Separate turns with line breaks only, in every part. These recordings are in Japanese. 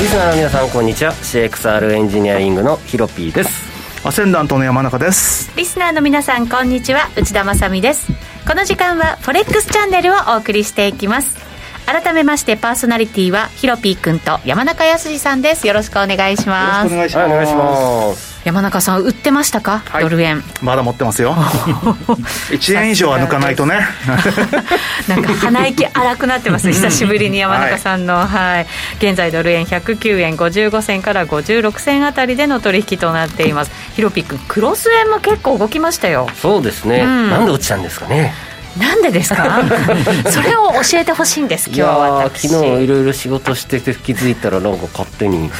リスナーの皆さんこんにちは CXR エンジニアリングのヒロピーです
アセンダントの山中です
リスナーの皆さんこんにちは内田まさみですこの時間はフォレックスチャンネルをお送りしていきます改めましてパーソナリティはヒロピーくんと山中康さんですよろしくお願いします
願い
はいお願いします
山中さん売ってましたか、
い
ドル円
まだ持って ますよ一円以上は抜かないとね
なんか鼻息荒くなってます久しぶりに山中さんの、はい現在ドル円109円55銭から56銭あたりでの取引となっていますヒロピーくんクロス円も結構動きましたよ
そうですね、
ん
なんで落ちたんですかね
なんでですかそれを教えてほしいんです今
い
日
や
は
ー
私
昨日いろいろ仕事してて気づいたらなんか勝手 に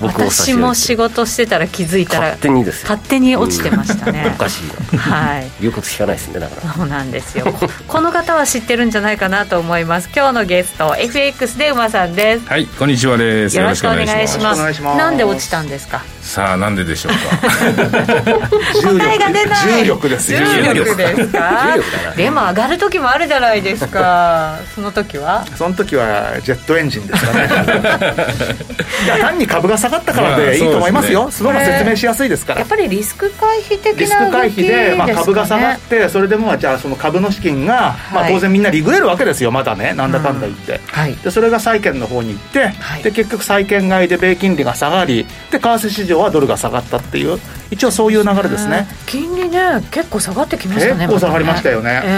僕を差し置
私
いて
も仕事してたら気づいたら
勝手にですよ
勝手に落ちてましたね、
おかしいな
はい
言うこと聞かないですねだから
そうなんですよこの方は知ってるんじゃないかなと思います今日のゲスト FX で馬さんです
はい、こんにちはです。
よろしくお願いしま
よろし
す
くお願いします
なんで落ちたんですか
す。さあ、なんででしょう か。
答えが出な
重
い
力ですよ
重力で
重
すか
力だな
でも上がる時もあるじゃないですかその時は
その時はジェットエンジンですか ねいや単に株が下がったから
まあ
でいいと思います
そ
よ
う
その方が説明しやすいですか
や
ら
っぱりリスク回避的
リス
な
ク
動
回
き
避
ですか、ね、
で、まあ、株が下がってそれでもうじゃあその株の資金が、まあ、
はい
当然みんなリグれるわけですよまだねなんだかんだ言って、
はい
でそれが債券の方に行って、
はい
で結局債券買いで米金利が下がりで為替市場はドルが下がったっていう一応そういう流れですね、
金利ね結構下がってきましたね
結構下がりましたよね
また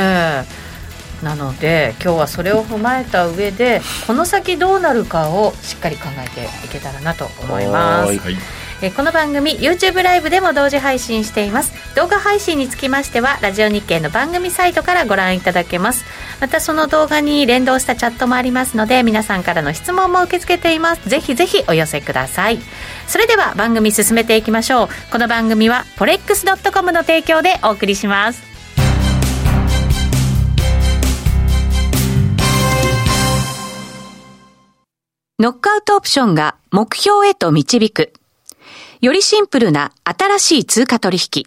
ええなので今日はそれを踏まえた上でこの先どうなるかをしっかり考えていけたらなと思いま
はー
す
い
はい、
えーこの番組 YouTube ライブでも同時配信しています動画配信につきましてはラジオ日経の番組サイトからご覧いただけますまたその動画に連動したチャットもありますので皆さんからの質問も受け付けていますぜひぜひお寄せくださいそれでは番組進めていきましょうこの番組はポレックス .com の提供でお送りしますノックアウトオプションが目標へと導く。よりシンプルな新しい通貨取引。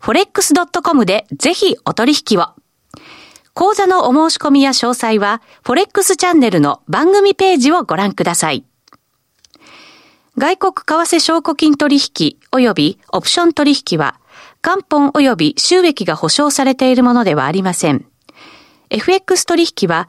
forex.com でぜひお取引を。講座のお申し込みや詳細は forex チャンネルの番組ページをご覧ください。外国為替証拠金取引及びオプション取引は元本及び収益が保証されているものではありません。FX 取引は、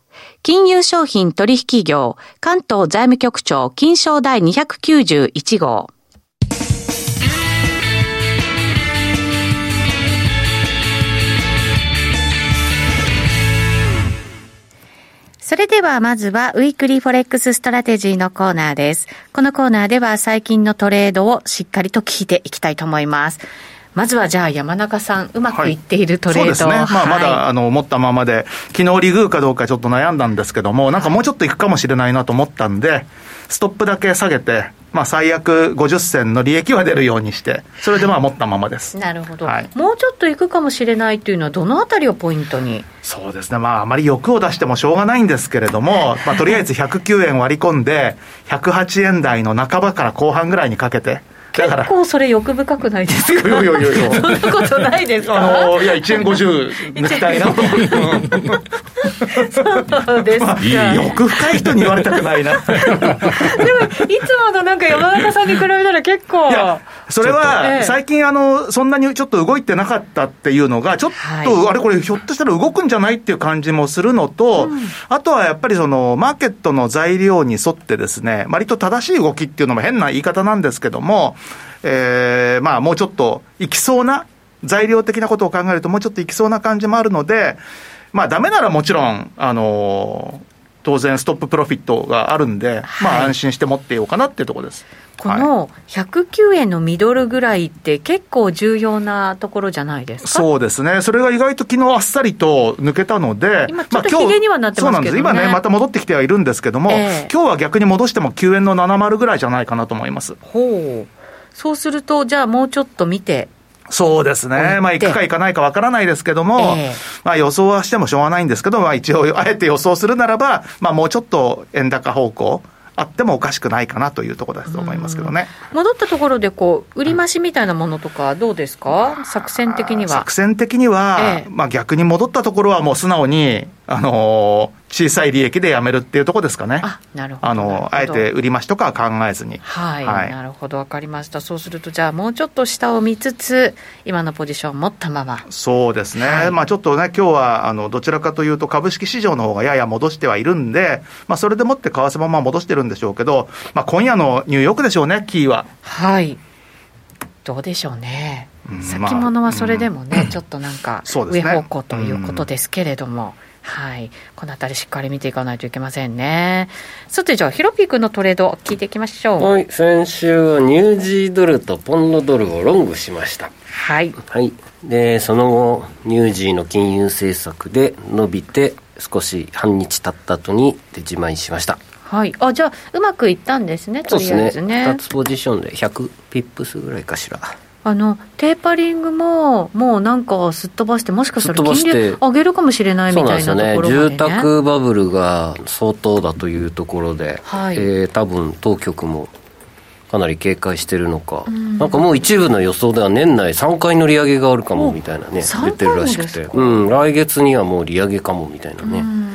金融商品取引業、関東財務局長、金賞第291号。それではまずはウィークリーフォレックスストラテジーのコーナーです。このコーナーでは最近のトレードをしっかりと聞いていきたいと思います。まずはじゃあ山中さん、うまくいっているトレードを、
そうですね、まあ、まだ、
はい
あの持ったままで、昨日リグーかどうかちょっと悩んだんですけども、なんかもうちょっといくかもしれないなと思ったんで、ストップだけ下げて、まあ、最悪50銭の利益は出るようにして、それでまあ持ったままです。
なるほど、
はい
もうちょっと行くかもしれないというのは、どのあたりをポイントに、
そうですね、まあ、あまり欲を出してもしょうがないんですけれど も、まあ、とりあえず109円割り込んで、108円台の半ばから後半ぐらいにかけて、だから
結、構それ、欲深くないですか、
いやいやいやいや
そんなことないで す
あ
か、
のいや、1円50抜き たいなと思って。
そうですか、
いい
でも、
欲深い人に言われたくないな。
いつものなんか、山中さんに比べたら結構、
いや、それ
ええ
は、最近あの、そんなにちょっと動いてなかったっていうのが、ちょっ
はい
と、あれこれ、ひょっとしたら動くんじゃないっていう感じもするのと、あとはやっぱりその、マーケットの材料に沿ってですね、割と正しい動きっていうのも変な言い方なんですけども、えーまあ、もうちょっと、いきそうな、材料的なことを考えると、もうちょっといきそうな感じもあるので、まあ、ダメならもちろん、あのー当然、ストッププロフィットがあるんで、まあ、安心して持っていようかなっていうところです。
この109円のミドルぐらいって結構重要なところじゃないですか。
そうですね、それが意外と昨日あっさりと抜けたので、
今ちょっ
まあ
と
今日
ひげにはなってますけどね
そうなんです、今ね、また戻ってきてはいるんですけども、
ええ
今日は逆に戻しても9円の70ぐらいじゃないかなと思います。
ほう。そうすると、じゃあもうちょっと見て。
そうです
置い
ね
て、
まあ、行くか行かないかわからないですけども、
ええ
まあ、予想はしてもしょうがないんですけど、まあ、一応、あえて予想するならば、まあ、もうちょっと円高方向、あってもおかしくないかなというところだと思いますけどね。
戻ったところで、こう、売り増しみたいなものとかどうですか作戦的には
作。戦的には、
ええ
まあ、逆に戻ったところは、もう素直に、あのー小さい利益でやめるっていうところですかね。
あ、なるほど。
あ
なるほ
の
ど
あえて売り増しとかは考えずに。
はい、
はい
なるほど、わかりました。そうすると、じゃあもうちょっと下を見つつ、今のポジションを持ったまま。
そうですね、
はい
まあ、ちょっとね、今日はあのどちらかというと、株式市場の方がやや戻してはいるんで、まあ、それでもって為替もまあ戻してるんでしょうけど、まあ、今夜のニューヨークでしょうね、キーは。
はい。どうでしょう
う
ね。
ん
先物はそれでもね、ちょっとなんか
そうです
上
ね
方向ということですけれども、はい、このあたりしっかり見ていかないといけませんね。さてじゃあヒロピー君のトレード聞いていきましょう。
はい、先週はニュージードルとポンドドルをロングしました。
はい。
はい、でその後ニュージーの金融政策で伸びて少し半日経った後に出じまいしました
はい。あじゃあうまくいったんですね。
そ
と
うで
り
す
あえ
ね
ずね。
2つポジションで100ピップスぐらいかしら
あのテーパリングももうなんかすっ飛ばしてもしかしたら
すっ飛ばし
金
て
利上げるかもしれない
そ
み
うなん
た
で
い
す
な
よ
と
ね
ころまでね。
住宅バブルが相当だというところで、
はい
えー多分当局もかなり警戒してるのか、なんかもう一部の予想では年内3回の利上げがあるかもみたいなね
お
出てるらしく
三回もです
て、
か
うん、来月にはもう利上げかもみたいなね、
うん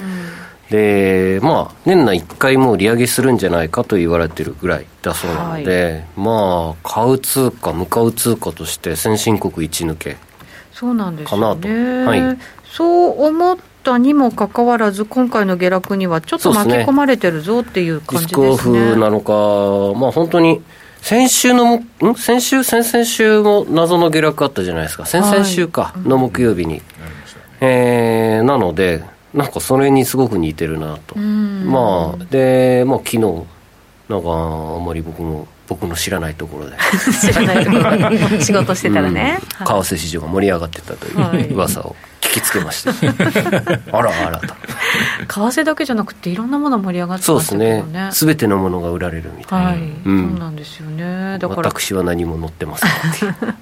でまあ年内1回もう利上げするんじゃないかと言われてるぐらいだそうなので、まあ買う通貨向かう通貨として先進国一抜け
そうなんですよね。
かなとはい
そう思ったにもかかわらず今回の下落にはちょっ
そ
と
う
巻
で
き
すね
込まれてるぞっていう感
リス
じです
ク
ね。
オフなのかまあ本当に先週のもん先週先々週も謎の下落あったじゃないですか先々週かの木曜日に、えーなのでなんかそれにすごく似てるなと、
うん
まあでまあ昨日なんかあんまり僕も僕の知らないところで
知 らない仕事してたらね。
うん為替市場が盛り上がってたと
はい
いう噂を聞きつけました、 あらあらと
為替だけじゃなくていろんなもの盛り上がって
そう
ま
で
し
す
たけど
ね
ね。
全てのものが売られるみたいな、
はい、
うん
そうなんですよね。だから
私は何も乗ってませんっていう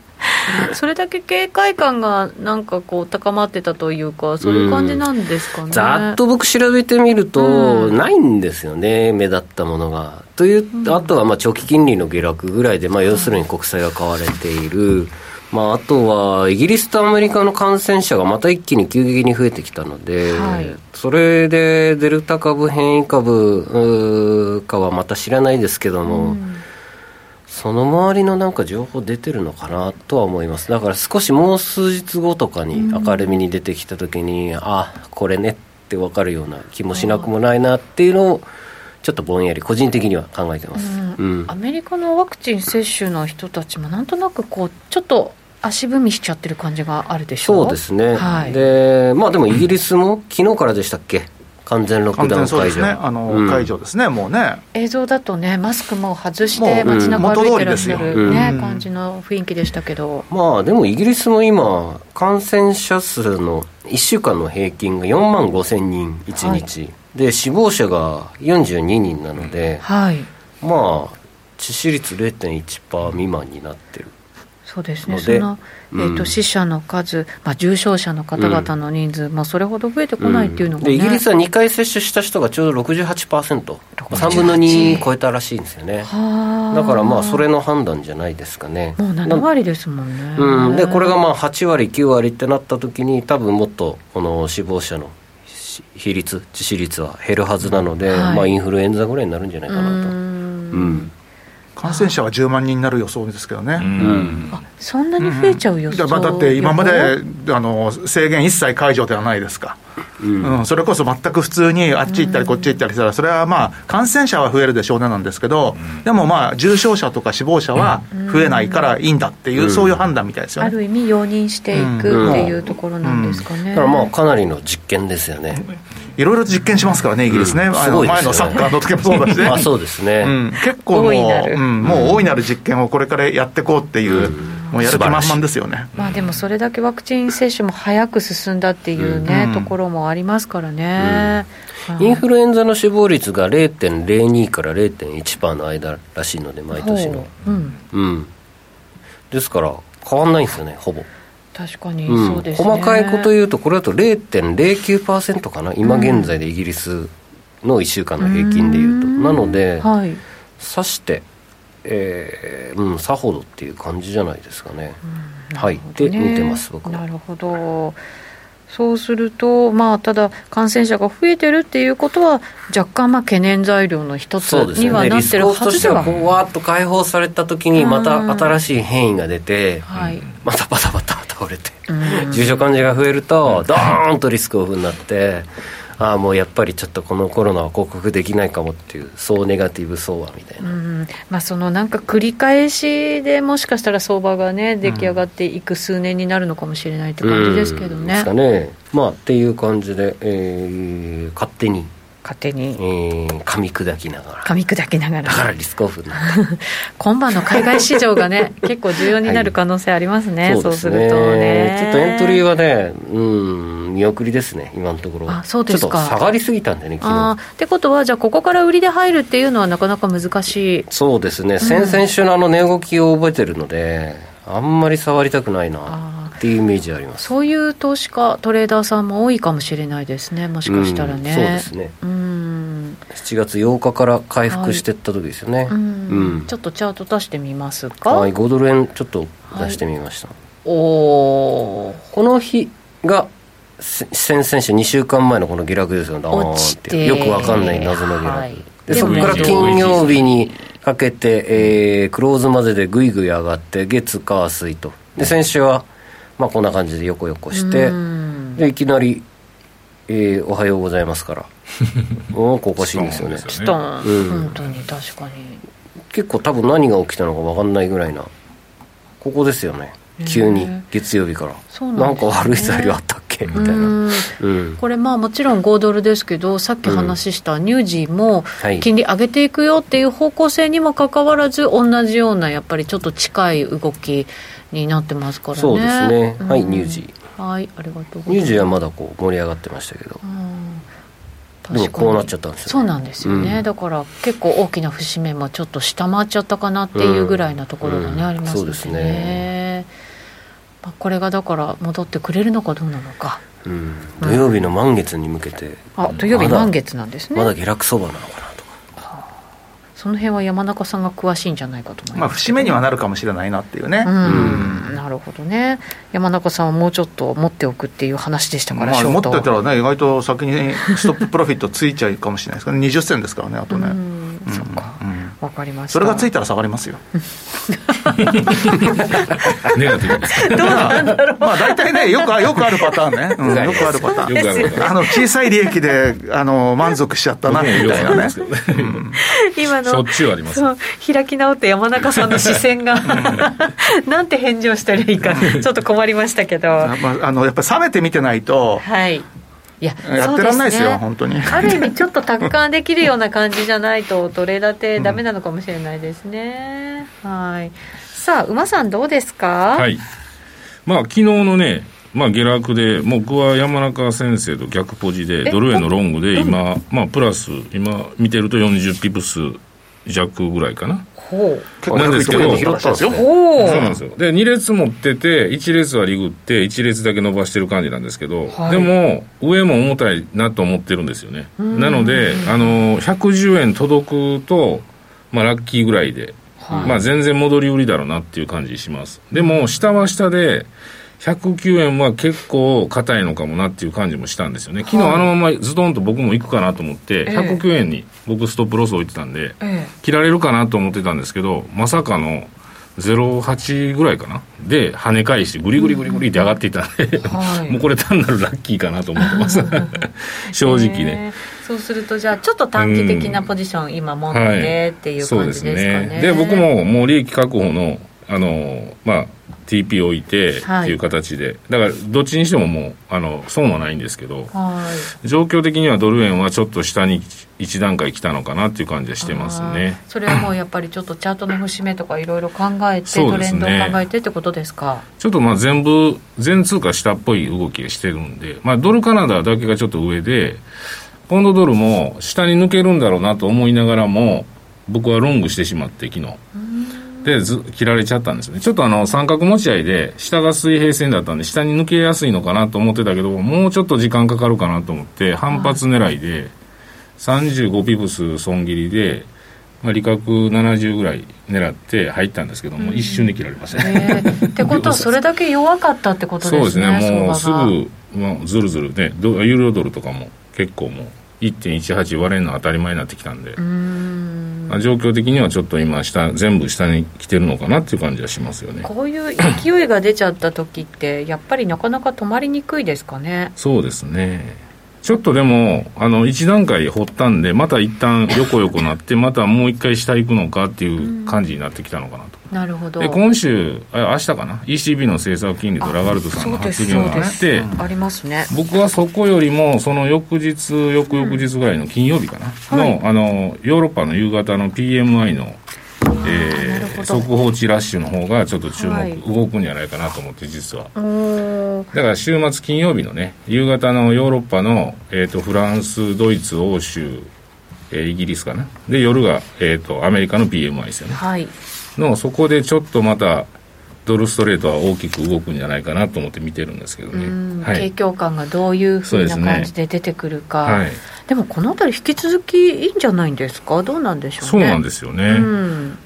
それだけ警戒感がなんかこう高まってたというかそういう感じなんですかね。
ざっと僕調べてみると、
うん
ないんですよね目立ったものがというあとはまあ長期金利の下落ぐらいで、まあ、要するに国債が買われている、まあ、あとはイギリスとアメリカの感染者がまた一気に急激に増えてきたので、
はい
それでデルタ株変異株うーかはまた知らないですけども、
うん
その周りのなんか情報出てるのかなとは思いますだから少しもう数日後とかに明るみに出てきた時に、あこれねって分かるような気もしなくもないなっていうのをちょっとぼんやり個人的には考えてます、
う
うんん
アメリカのワクチン接種の人たちもなんとなくこうちょっと足踏みしちゃってる感じがあるでしょ
そうですね、
はい
でまあでもイギリスも昨日からでしたっけ完全ロック
完
ダウ
全
ン
そう
解
です
除、
ね、あの
うん
解除ですね、もうね。
映像だとねマスクも外して
も
う
街中
うん
元
歩い
通
て
り
らっ
で
し
す
ゃ
よ
る、ね
うん
感じの雰囲気でしたけど、
まあでもイギリスも今感染者数の1週間の平均が4万5千人1日、で死亡者が42人なので、
はい
まあ致死率0.1%未満になってる
そうですね
の
そ
で
の、
うん
えー、と死者の数、まあ、重症者の方々の人数、まあ、それほど増えてこないっていうのが、
で
ね
イギリスは2回接種した人がちょうど 68%3 分の2超えたらしいんですよね
はあ
だからまあそれの判断じゃないですかね
もう7割ですもんね、
うん、でこれがまあ8割9割ってなった時に多分もっとこの死亡者のし比率致死率は減るはずなので、
はい
まあインフルエンザぐらいになるんじゃないかなと
うん
うん
感染者は10万人になる予想ですけどね。
うん
あそんなに増えちゃう予想、
だだって今まであの制限一切解除ではないですか、うんそれこそ全く普通にあっち行ったりこっち行ったりしたら、それはまあ、感染者は増えるでしょうねなんですけど、でもまあ、重症者とか死亡者は増えないからいいんだっていう、そういう判断みたいですよ
あ
ね。
る意味容認していくっていうところなんですかね、
だからまあかなりの実験ですよね、
いろいろ実験しますからね、イギリスね、
うん
あ
す
の
ごいですよね
前のサッカーの時もそうだしね。
まあそうですね、
うん、結構もう
大いなる
うん、もう大いなる実験をこれからやっていこうっていう、もうやる気満々ですよね。
まあでもそれだけワクチン接種も早く進んだっていうね、
うん
ところもありますからね、
インフルエンザの死亡率が0.02から0.1%の間らしいので毎年の
ほううん
うんですから変わんないんですよねほぼ、
確かに
うん
そうですね、
細かいこと言うとこれだと0.09%かな今現在でイギリスの1週間の平均で言うと、
うん
なので、
はい
さして、えーうん、さほどっていう感じじゃないですかね。はい、で、
ね
見てます、僕
な
は。
るほどそうすると、まあ、ただ感染者が増えてるっていうことは若干まあ懸念材料の一つ
そうです
には
ね。
な
リ
っ
スク
てる
オ
は
フとし
ず
て
では
は、こう、わーっと解放された時に、また
うん
新しい変異が出て、
はい、
またバタバタ倒れて、
うん
重症患者が増えると、ドーンとリスクオフになって、ああ、もうやっぱりちょっとこのコロナは克服できないかもっていう、そうネガティブそうはみたいうな。
んまあ、そのなんか繰り返しでもしかしたら相場がね出来上がっていく数年になるのかもしれないって感じですけど
うん
ね、
かね。まあ、っていう感じで、えー勝手に、
勝手
え
に
ー噛み砕きながら。
噛み砕きなが
だから
ら
リスクオフになっ
今晩の海外市場がね結構重要になる可能性ありますね、
た
そうするとね
ちょっとエントリーはね、うん、見送りですね、今のところ。
あそうです
ち
か
ょっと下がりすぎたんだよね、昨
あ
日。
ーってことはじゃあここから売りで入るっていうのはなかなか難しい
そうですね、先々週のあの値動きを覚えてるので、あんまり触りたくないなっていうイメージあります。
そういう投資家トレーダーさんも多いかもしれないですねもしかしたらね、
うんそうですね
うん
7月8日から回復してった時ですよね。
うん
うん
ちょっとチャート出してみますか、
はい、5ドル円ちょっと出してみました。
おー
この日が、せ先々週2週間前のこの下落ですよ、ドーンって
落ちて
よくわかんない謎の下落。
はい
で
で
そ
も
こから金曜日にかけて、えークローズまででぐいぐい上がって月火水とで先週は、まあ、こんな感じで横横して
うん
でいきなり、えーおはようございます」から もうおかしいんですよね
そうですよ
ス
ね
トーン、
うん
本当に確かに
結構多分何が起きたのかわかんないぐらいなここですよね急に
うん
月曜日から
そう
な
なんんで
か
すね
悪い材料あったっけみたいな
うん
うん
これまあもちろん5ドルですけどさっき話したニュージーも
い
金利上げていくよっていう方向性にもかかわらず同じようなやっぱりちょっと近い動きになってますからね
そうですねはい
うん
ニュージ
はいありがとうございます
ニュージーはまだこう盛り上がってましたけど
うん
でも
確かに
こうなっちゃったんですよね
そうなんですよね、
うん
だから結構大きな節目もちょっと下回っちゃったかなっていうぐらいなところがね、
うん
ありますのでね,、
そうですね
まあ、これがだから戻ってくれるのかどうなのか
うん土曜日の満月に向けて
あ土曜日満月なんですね、
まだ下落相場なのかなとか
その辺は山中さんが詳しいんじゃないかと思い
まあ、
ます
節目にはなるかもしれないなっていうね。
うん、なるほどね山中さんはもうちょっと持っておくっていう話でしたから、
まあ、
ショ
持
ー
っ
ト
てたらね、意外と先にストッププロフィットついちゃうかもしれないですからね、20銭ですからね、あとね。
う
うん
んそっか
うん
わかりました
それがついたら下がりますよ。
ネガティブです
どうなんだろう。まあ大体ね、よくあよくあるパターンね。うんよくあるパタ
よくある
ーン。あの、小さい利益で、あの、満足しちゃったな、み
ねよく
たい
ある
なんね
です。け どね
今の
しょっちゅうあります
そう開き直って山中さんの視線が なんて返事をしたらいいかちょっと困りましたけどは
まあ、あの、やっぱり冷めてみてないと、
いいや
やってらんないですよ、本当に。
ある意味ちょっと達観できるような感じじゃないとトレーダーってダメなのかもしれないですね、はいさあ馬さんどうですか
はい。まあ、昨日のね、まあ、下落で、僕は山中先生と逆ポジで、
え
ドル円のロングで、今、まあ、プラス、今、見てると40ピプス弱ぐらいかな。
ほう
結構低いところで拾ったんですよ。
ほう
そうなんですよ。で、2列持ってて、1列はリグって、1列だけ伸ばしてる感じなんですけど、
はい
でも、上も重たいなと思ってるんですよね。なので、あの、110円届くと、まあ、ラッキーぐらいで、
はい
まあ、全然戻り売りだろうなっていう感じします。でも、下は下で、 109円は結構硬いのかもなっていう感じもしたんですよね。昨日あのままズドンと僕も行くかなと思っ
え
て、
え
109円に僕ストップロス置いてたんで、
え
切られるかなと思ってたんですけど、まさかの08ぐらいかなで跳ね返してグリグリグリグリって上がっていたんで、
え、はい。
もうこれ単なるラッキーかなと思っ てます。正直
え
ね。
ー。そうするとじゃあちょっと短期的なポジション今持ってっていう
そう
感
で
じですすかね。
ね。で、僕ももう利益確保の、あの、まあ、TP 置いてって
はい
いう形で、だからどっちにしてももう、あの、損はないんですけど、
はい。
状況的にはドル円はちょっと下に一段階来たのかなっていう感じはしてますね
あ。ーそれはもうやっぱりちょっとチャートの節目とかいろいろ考えて、
そ
ト
うで
レ
す
ン
ね
ドを考えてってことですか。
ちょっとまあ全部、全通貨下っぽい動きがしてるんで、まあドルカナダだけがちょっと上で、ポンドドルも下に抜けるんだろうなと思いながらも、僕はロングしてしまって、昨日。で、ず、切られちゃったんですね。ちょっとあの、三角持ち合いで、下が水平線だったんで、下に抜けやすいのかなと思ってたけど、もうちょっと時間かかるかなと思って、反発狙いで、35ピプス損切りで、まあ、利確70ぐらい狙って入ったんですけども、一瞬で切られましたね。
えーってことはそれだけ弱かったってことですね。
そうですね、もうす
相場が
ぐ、まあ、ずるずるね、ドユーロドルとかも結構もう、1.18割れるのは当たり前になってきたんで、まあ状況的にはちょっと今下、全部下に来てるのかなっていう感じはしますよね。
こういう勢いが出ちゃった時ってやっぱりなかなか止まりにくいですかね。
そうですね。ちょっとでも、あの、一段階掘ったんで、また一旦横横なって、またもう一回下行くのかっていう感じになってきたのかなと。
なるほど。
で、今週、あ明日かな、ECB の政策金利とラガルトさんの
あそうです
発言があっ
そう
て、
ありますね。
僕はそこよりも、その翌日、翌々日ぐらいの金曜日かな、
はい
のあのヨーロッパの夕方の PMI の、
な
え
るほ
ー
ど
速報値ラッシュの方がちょっと注目、
はい
動くんじゃないかなと思って、実は。
うーん
だから週末金曜日のね、夕方のヨーロッパの、えー、とフランス、ドイツ、欧州、えーイギリスかな、で夜が、えー、とアメリカの PMI ですよね、
はい。
のそこでちょっとまた、ドルストレートは大きく動くんじゃないかなと思って見てるんですけど
うん
ね。はい
景況感がどういうふうな感じで出てくるか、で
はい
もこの辺り引き続きいいんじゃないんですかどうなんでしょうね
そうなんですすよね。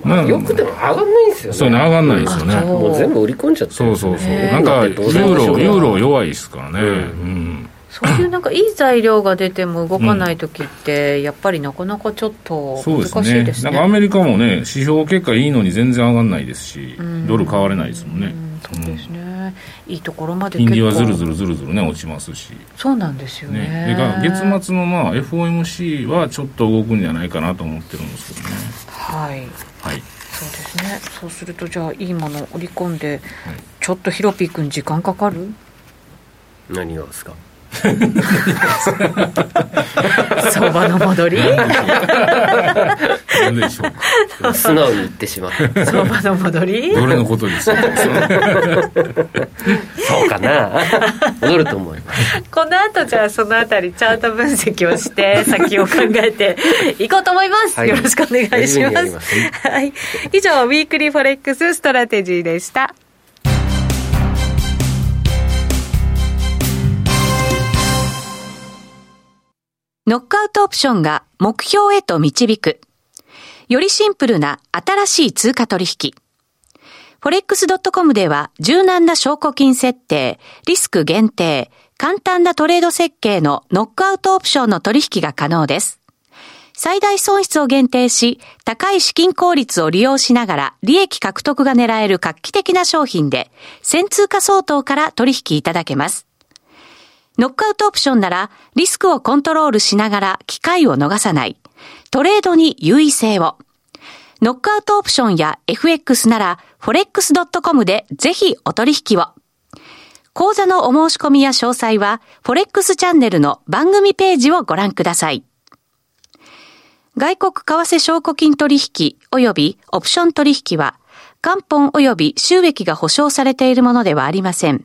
まあ
な
よくでも上がんないんですよね
そうね、上がんないですよ
あそ
ね。
もう全部売り込んじゃって
そうそうそう。
ね
なんか、ユー
どう
ロ、
でし
ユ
ょう
ーロ弱いですからね。うん。
そういうなんかいい材料が出ても動かない時 ってやっぱりなかなかちょっと
そう
難
です
しい
ね
ですね
なんかアメリカもね、指標結果いいのに全然上がんないですし
ん、
ドル買われないですもん
う
ね。
んそうですね、いいところまで
金
結構
利はずるずるずるずるね、落ちますし。
そうなんですよね
ね。でが月末のまあ、FOMC はちょっと動くんじゃないかなと思ってるんですけどね。
はい
はい。
そうですねそうするとじゃあいいものを織り込んで、
はい
ちょっとヒロピー君時間かかる
何がですか
相場の戻 り
なんでしょうか。
素直に言ってしまう
相場の戻り
どれのことですか
そうかな 戻ると思います
この後じゃあそのあたりチャート分析を して先を考えていこうと思います、
はい
よろしくお願いし
真面目に
ま
や
す
ります
はい、以上ウィークリーフォレックスストラテジーでした
ノックアウトオプションが目標へと導く。よりシンプルな新しい通貨取引。forex.com では柔軟な証拠金設定、リスク限定、簡単なトレード設計のノックアウトオプションの取引が可能です。最大損失を限定し、高い資金効率を利用しながら利益獲得が狙える画期的な商品で、1000通貨相当から取引いただけます。ノックアウトオプションならリスクをコントロールしながら機会を逃さない。トレードに優位性を。ノックアウトオプションや FX なら forex.com でぜひお取引を。講座のお申し込みや詳細は forex チャンネルの番組ページをご覧ください。外国為替証拠金取引及びオプション取引は元本及び収益が保証されているものではありません。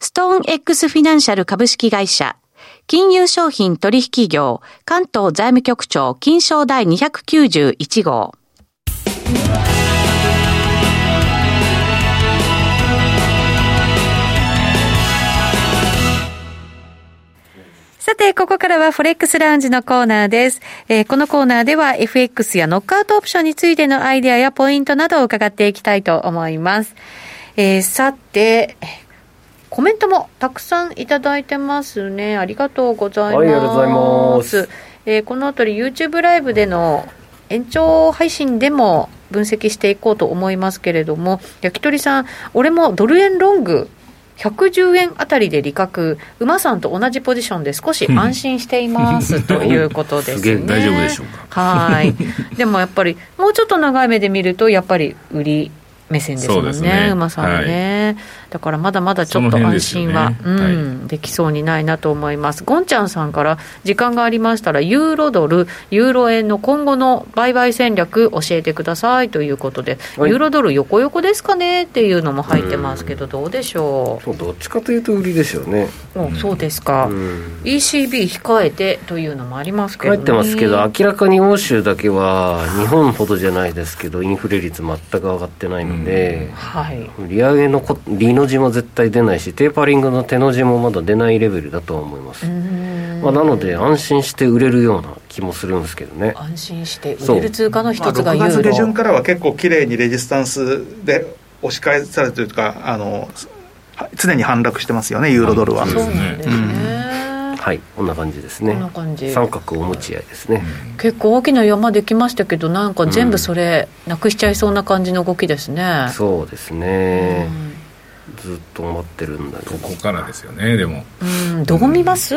ストーン X フィナンシャル株式会社、金融商品取引業、関東財務局長、金賞第291号。さて、ここからはフォレックスラウンジのコーナーです。えーこのコーナーでは FX やノックアウトオプションについてのアイデアやポイントなどを伺っていきたいと思います。えーさて、コメントもたくさんいただいてますね。ありがとうございます。
はいありがとうございます。
えーこのあたり YouTube ライブでの延長配信でも分析していこうと思いますけれども、焼き鳥さん、俺もドル円ロング110円あたりで利確、馬さんと同じポジションで少し安心していますということですす
げえ
ね。
大丈夫でしょうか
はい。でもやっぱり、もうちょっと長い目で見ると、やっぱり売り目線ですもん
そう
ね、
ですね
馬さんはね、だからまだまだちょっと
その辺
安
ですよ
心
ね
は、うん、できそうにないなと思います。ゴンちゃんさんから、時間がありましたら、ユーロドル、ユーロ円の今後の売買戦略、教えてくださいということで、
はい
ユーロドル、横横ですかねっていうのも入ってますけど、どうでしょ
そうどっちかというと売りですよね、
う、おそうですか。
うん、
ECB 控えてというのもありますけ
書
ど、ね、
いてますけど明らかに欧州だけは日本ほどじゃないですけどインフレ率全く上がってないので、
はい、
利上げのこ利の字も絶対出ないしテーパリングの手の字もまだ出ないレベルだとは思います、まあ、なので安心して売れるような気もするんですけどね
安心して売
そ
れ
う
る通貨の一つ
ま
が
あ
ユーロ、
6月下旬からは結構綺麗にレジスタンスで押し返されてるというかあの常に反落してますよねユーロドルは、
うん
そうなんですね、
はいこんな感じです
こ
ね
んな感じ
三角お持ち合いですね、
結構大きな山できましたけどなんか全部それなくしちゃいそうな感じの動きですね、
そうですね、ずっと思ってるんだけ
こ
ど
こからですよねでも
うん、どう見ます、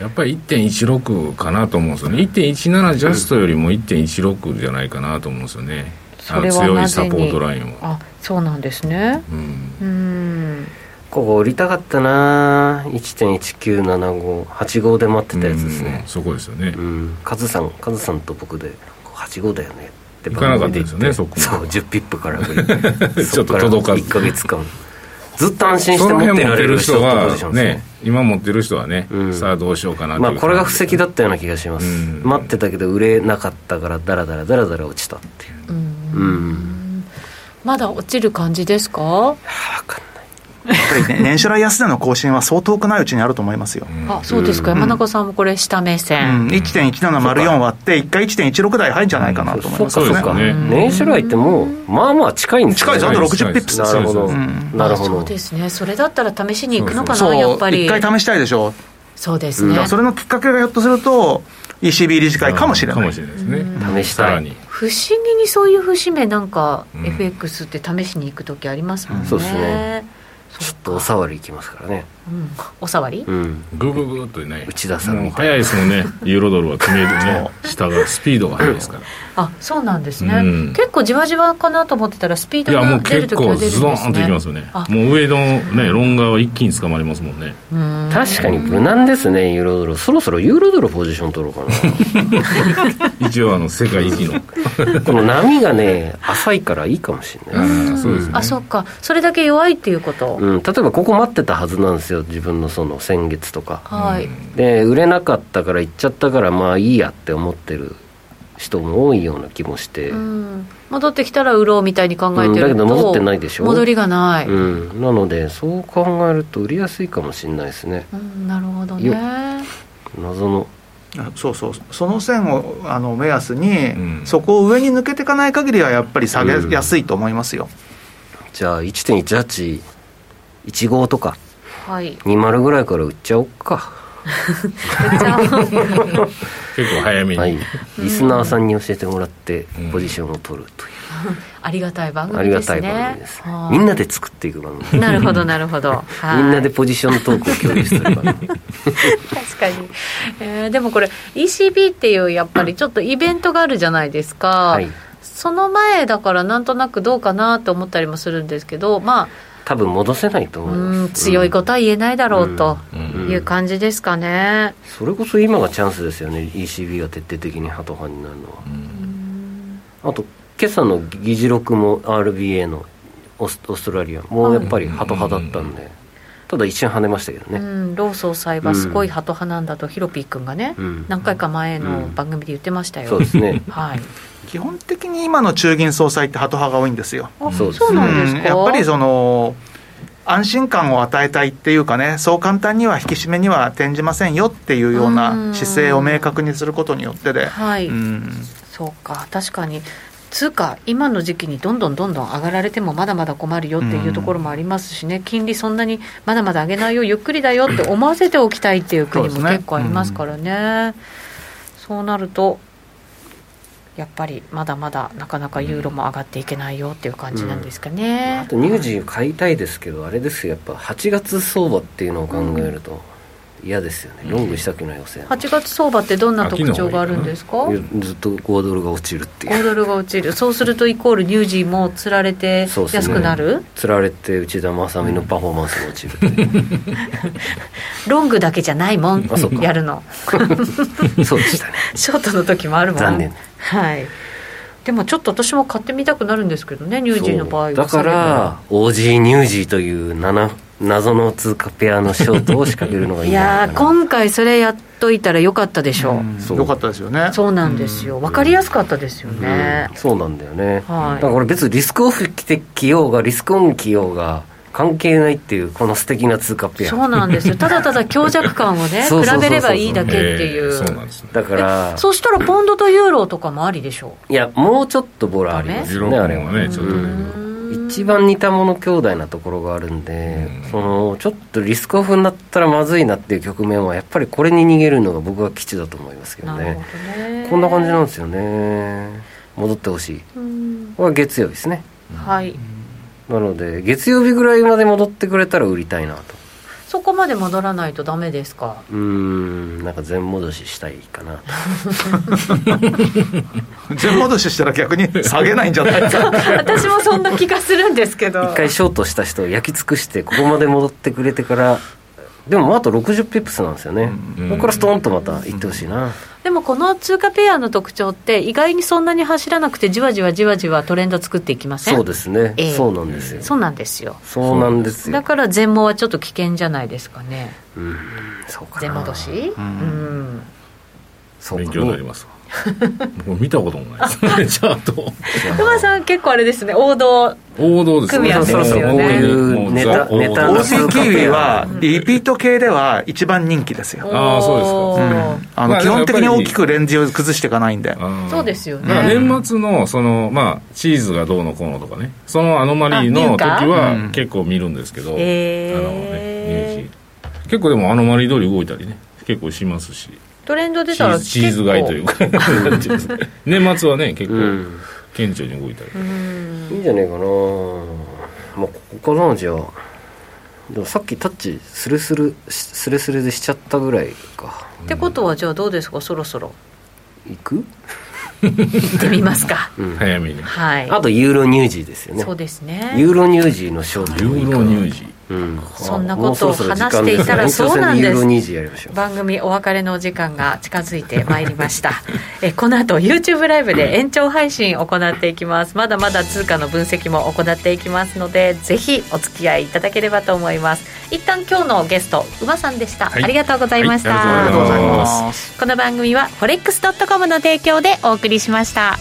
やっぱり1.16かなと思うんですよね1.17ジャストよりも1.16じゃないかなと思うんですよねあ
そ
の
れは
強
ない
サ
ぜ
ポート
に
ラインは
あそうなんですね
うん
うん
ここ売りたかったな1.197585で待ってたやつですね
うんそこですよね
うんカズさんカズさんと僕で85だよねって
行かなかったですよね
番組言って
そこ
そ
は
う10ピップから振り そっ
ちょっと届かず
1か月間ずっと安心し
そ
て
の
持っ
辺
て
持
ら
っ
れ
て
る
る
人
人
って
は
ことでしょう
ね今持ってる人はね、
うん
さあどうしようかな
まあ
という
これが布石だったような気がします、
うん
待ってたけど売れなかったからダラダラダラダラ落ちたっていう
うん
うん
まだ落ちる感じですか、
分かんない
やっぱりね年初来安値の更新は相当くないうちにあると思いますよ、
うん
あそうですか
うん
山中さんもこれ下目
う
線、
ん、1.1704割って1回1.16台入るんじゃないかなと思います
そう
ね、
ですかね
年初来ってもうまあまあ近いんです
近いですあと
ね
60ピップス
なるほど、
う
そう
ん
なるほ
あそ
ど
うですねそれだったら試しに行くのかな
そう
やっぱり
一回試したいでしょ
そうですね、
うん
うそれのきっかけがひょっとすると ECB 理事会かもしれない、
かもしれないですね
試したい
さらに
不思議にそういう節目なんか
うん
FX って試しに行く時ありますもんね、
そうですね
そう
ちょ
か
っとおさわりいきますからね
うんおさわり、
うん
ググググっとね
内田さん
もう
みたい
早いですもんねユーロドルは決めるね下がスピードが速いですから
あそうなんですね、
うん
結構じわじわかなと思ってたらスピー
い
ド
やも
が
う
出る
結
時は
構
出る
ズ
ん
ド
で
ー
す
ンといき
ね
ますよね
あ
もう上のねロンガーは一気に捕まりますもんね
うん
確かに無難ですねユーロドルそろそろユーロドルポジション取ろうかな
一応あの世界一の
この波がね浅いからいいかもしれない、
ああそうですね
あそっかそれだけ弱いっていうこと、
うん、例えばここ待ってたはずなんですよ自分のその先月とか
はい、
で売れなかったから行っちゃったからまあいいやって思ってる人も多いような気もして、
う
うん
ん、戻ってきたら売ろうみたいに考えて
だ
ると、
けど戻ってないでしょ
戻りがない、うん
なのでそう考えると売りやすいかもしれないですね
なるほど
よ
ね
謎の
あそうそうその線をあの目安に、
うん
そこを上に抜けていかない限りはやっぱり下
うん
げやすいと思いますよ、
じゃあ1.1815とか
はい
20ぐらいから売っちゃおっか
じゃあ
結構早めに、
はい、リスナーさんに教えてもらって
うん
ポジションを取るとい
ありがたい番
う、あり
組で
が
す
た
ね
い番組です、
は
みんなで作っていく番組
なるほどなるほ ど
みんなで
はい
ポジショントークを共有する 番組
確かに、えーでもこれ ECB っていうやっぱりちょっとイベントがあるじゃないですか、
はい
その前だからなんとなくどうかなと思ったりもするんですけどま
多分戻せないと
あ
思いま
うん
す
強いことは言えないだろうと
うん
うん
いう感じですかね、
それこそ今がチャンスですよね ECB が徹底的にハト派になるのは
うん
あと今朝の議事録も RBA のオースオーストラリアもうやっぱりハト派だったんで、ただ一瞬跳ねましたけど
う
ね、
ん、老総裁はすごいハト派なんだとヒロピー君がね、
うん
何回か前の
うん
番組で言ってましたよ、
そうです ね
はい、
基本的に今の中銀総裁ってハト派が多いんですよ。
あ
そうですね
そうなんですか、
うんやっぱりその安心感を与えたいっていうかねそう簡単には引き締めには転じませんよっていうよう
うん
な姿勢を明確にすることによってで、
はい
うん
そうか確かに通貨今の時期にどんどんどんどん上がられてもまだまだ困るよっていうところもありますしね、金利そんなにまだまだ上げないよゆっくりだよって思わせておきたいっていう国も
そうですね
結構ありますからねそうなるとやっぱりまだまだなかなかユーロも上がっていけないよっていう感じなんですかね
あ、とニュージー買いたいですけどあれですよやっぱ8月相場っていうのを考えると嫌ですよねロングしたくない予選
8月相場ってどんな特徴があるんですか
ずっと5ドルが落ちるっていう
5ドルが落ちるそうするとイコールニュージーもつられて
そうですね
安くなる、
つられて内田正美のパフォーマンスも落ちるっていう
ロングだけじゃないもん
あそっか
やるの
そうでしたね
ショートの時もあるもん
残念
はいでもちょっと私も買ってみたくなるんですけどねニュージーの場合は
そうだか
下
ら OG ニュージーという7謎の通貨ペアのショートを仕掛けるのが
げ
い
る
いんじ
い
ゃな
や
い
ー
かな
今回それやっといたらよかったでしょう、
そう
よかったですよね
そうなんですよ分かりやすかったですよね、
うんそうなんだよね、
は
だ
い
からこれ別にリスクオフ着てきようがリスクオン着ようが関係ないっていうこの素敵な通貨ペ
そ
ア
うなんですよただただ強弱感をね
そうそうそうそう
比べればいいだけっていう,、
えーそうなんですね
だから
えそうしたらポンドとユーロとかもありでしょ
いやもうちょっとボラあります
ジ
よ
ロ
ねあ
ー
れ
君は
は
ねちょっと
う
ね
一番似たもの兄弟なところがあるんで、
うん
そのちょっとリスクオフになったらまずいなっていう局面はやっぱりこれに逃げるのが僕は基地だと思いますけど
なるほ
ね
どね
こんな感じなんですよね戻ってほしい
うん
これは月曜日ですね
はい
なので月曜日ぐらいまで戻ってくれたら売りたいなと
そこまで戻らないとダメですか
うーんなんか全戻ししたいかな
全戻ししたら逆に下げないんじゃ ないですか
私もそんな気がするんですけど
一回ショートした人を焼き尽くしてここまで戻ってくれてからでももうあと60ピップスなんですよね、
うん
ここからストーンとまた行ってほしいな、
でもこの通貨ペアの特徴って意外にそんなに走らなくてじわじわじわじわトレンド作っていきません
そうですね、
ええ
そうなんですよ
そうなんですよ
そうなんですよ
だから全盲はちょっと危険じゃないですかね
うんそうかな
全戻しうん、
そう
勉
か
強になりますわ僕見たこともないですねチャート
熊さん結構あれですね王道
王道です
組み合わせですよね
王道にもう
ネ
ザ
タ
王道
ネタな
OG キーウィはリピート系では一番人気ですよ、
あーそうですか
お
う
ー
んあ
ま
の
あ
基本的に大きくレンジを崩していかないんで、
あー
そうですよね
まあ年末のその、まあ、チーズがどうのこうのとかねそのアノマリーの時
あ入荷
う
は
ん
結構見るんですけど、
へー
あのねニュージー結構でもアノマリー通り動いたりね結構しますし
トレンド
チ
出た
ー
ら
ズチーズ買いといううかなんていうんですか 年末はね結
う
構
ん
顕著に動いたり、
うん
いいんじゃねえかなまあここからのじゃあでもさっきタッチスレスレしスレスレでしちゃったぐらいか
ってことはじゃあどうですかそろそろ
いく
行ってみま すか
うん
早めにユ
はい
あとユーロニュージーですよね
そうですね
ユーロニュージーのショートもいい
ー
か
ロ
な
ニュージー
うん
そんなことを話していたら
もそろそろ時間ですね延長戦
そうなんです
ユーロニュージーやりましょう
番組お別れのお時間が近づいてまいりました えこの後 YouTube ライブで延長配信を行っていきますまだまだ通貨の分析も行っていきますのでぜひお付き合いいただければと思います一旦今日のゲスト馬さんでした、
はい
ありがとうございました、
はいありがとうございます
この番組は forex.com の提供でお送りしました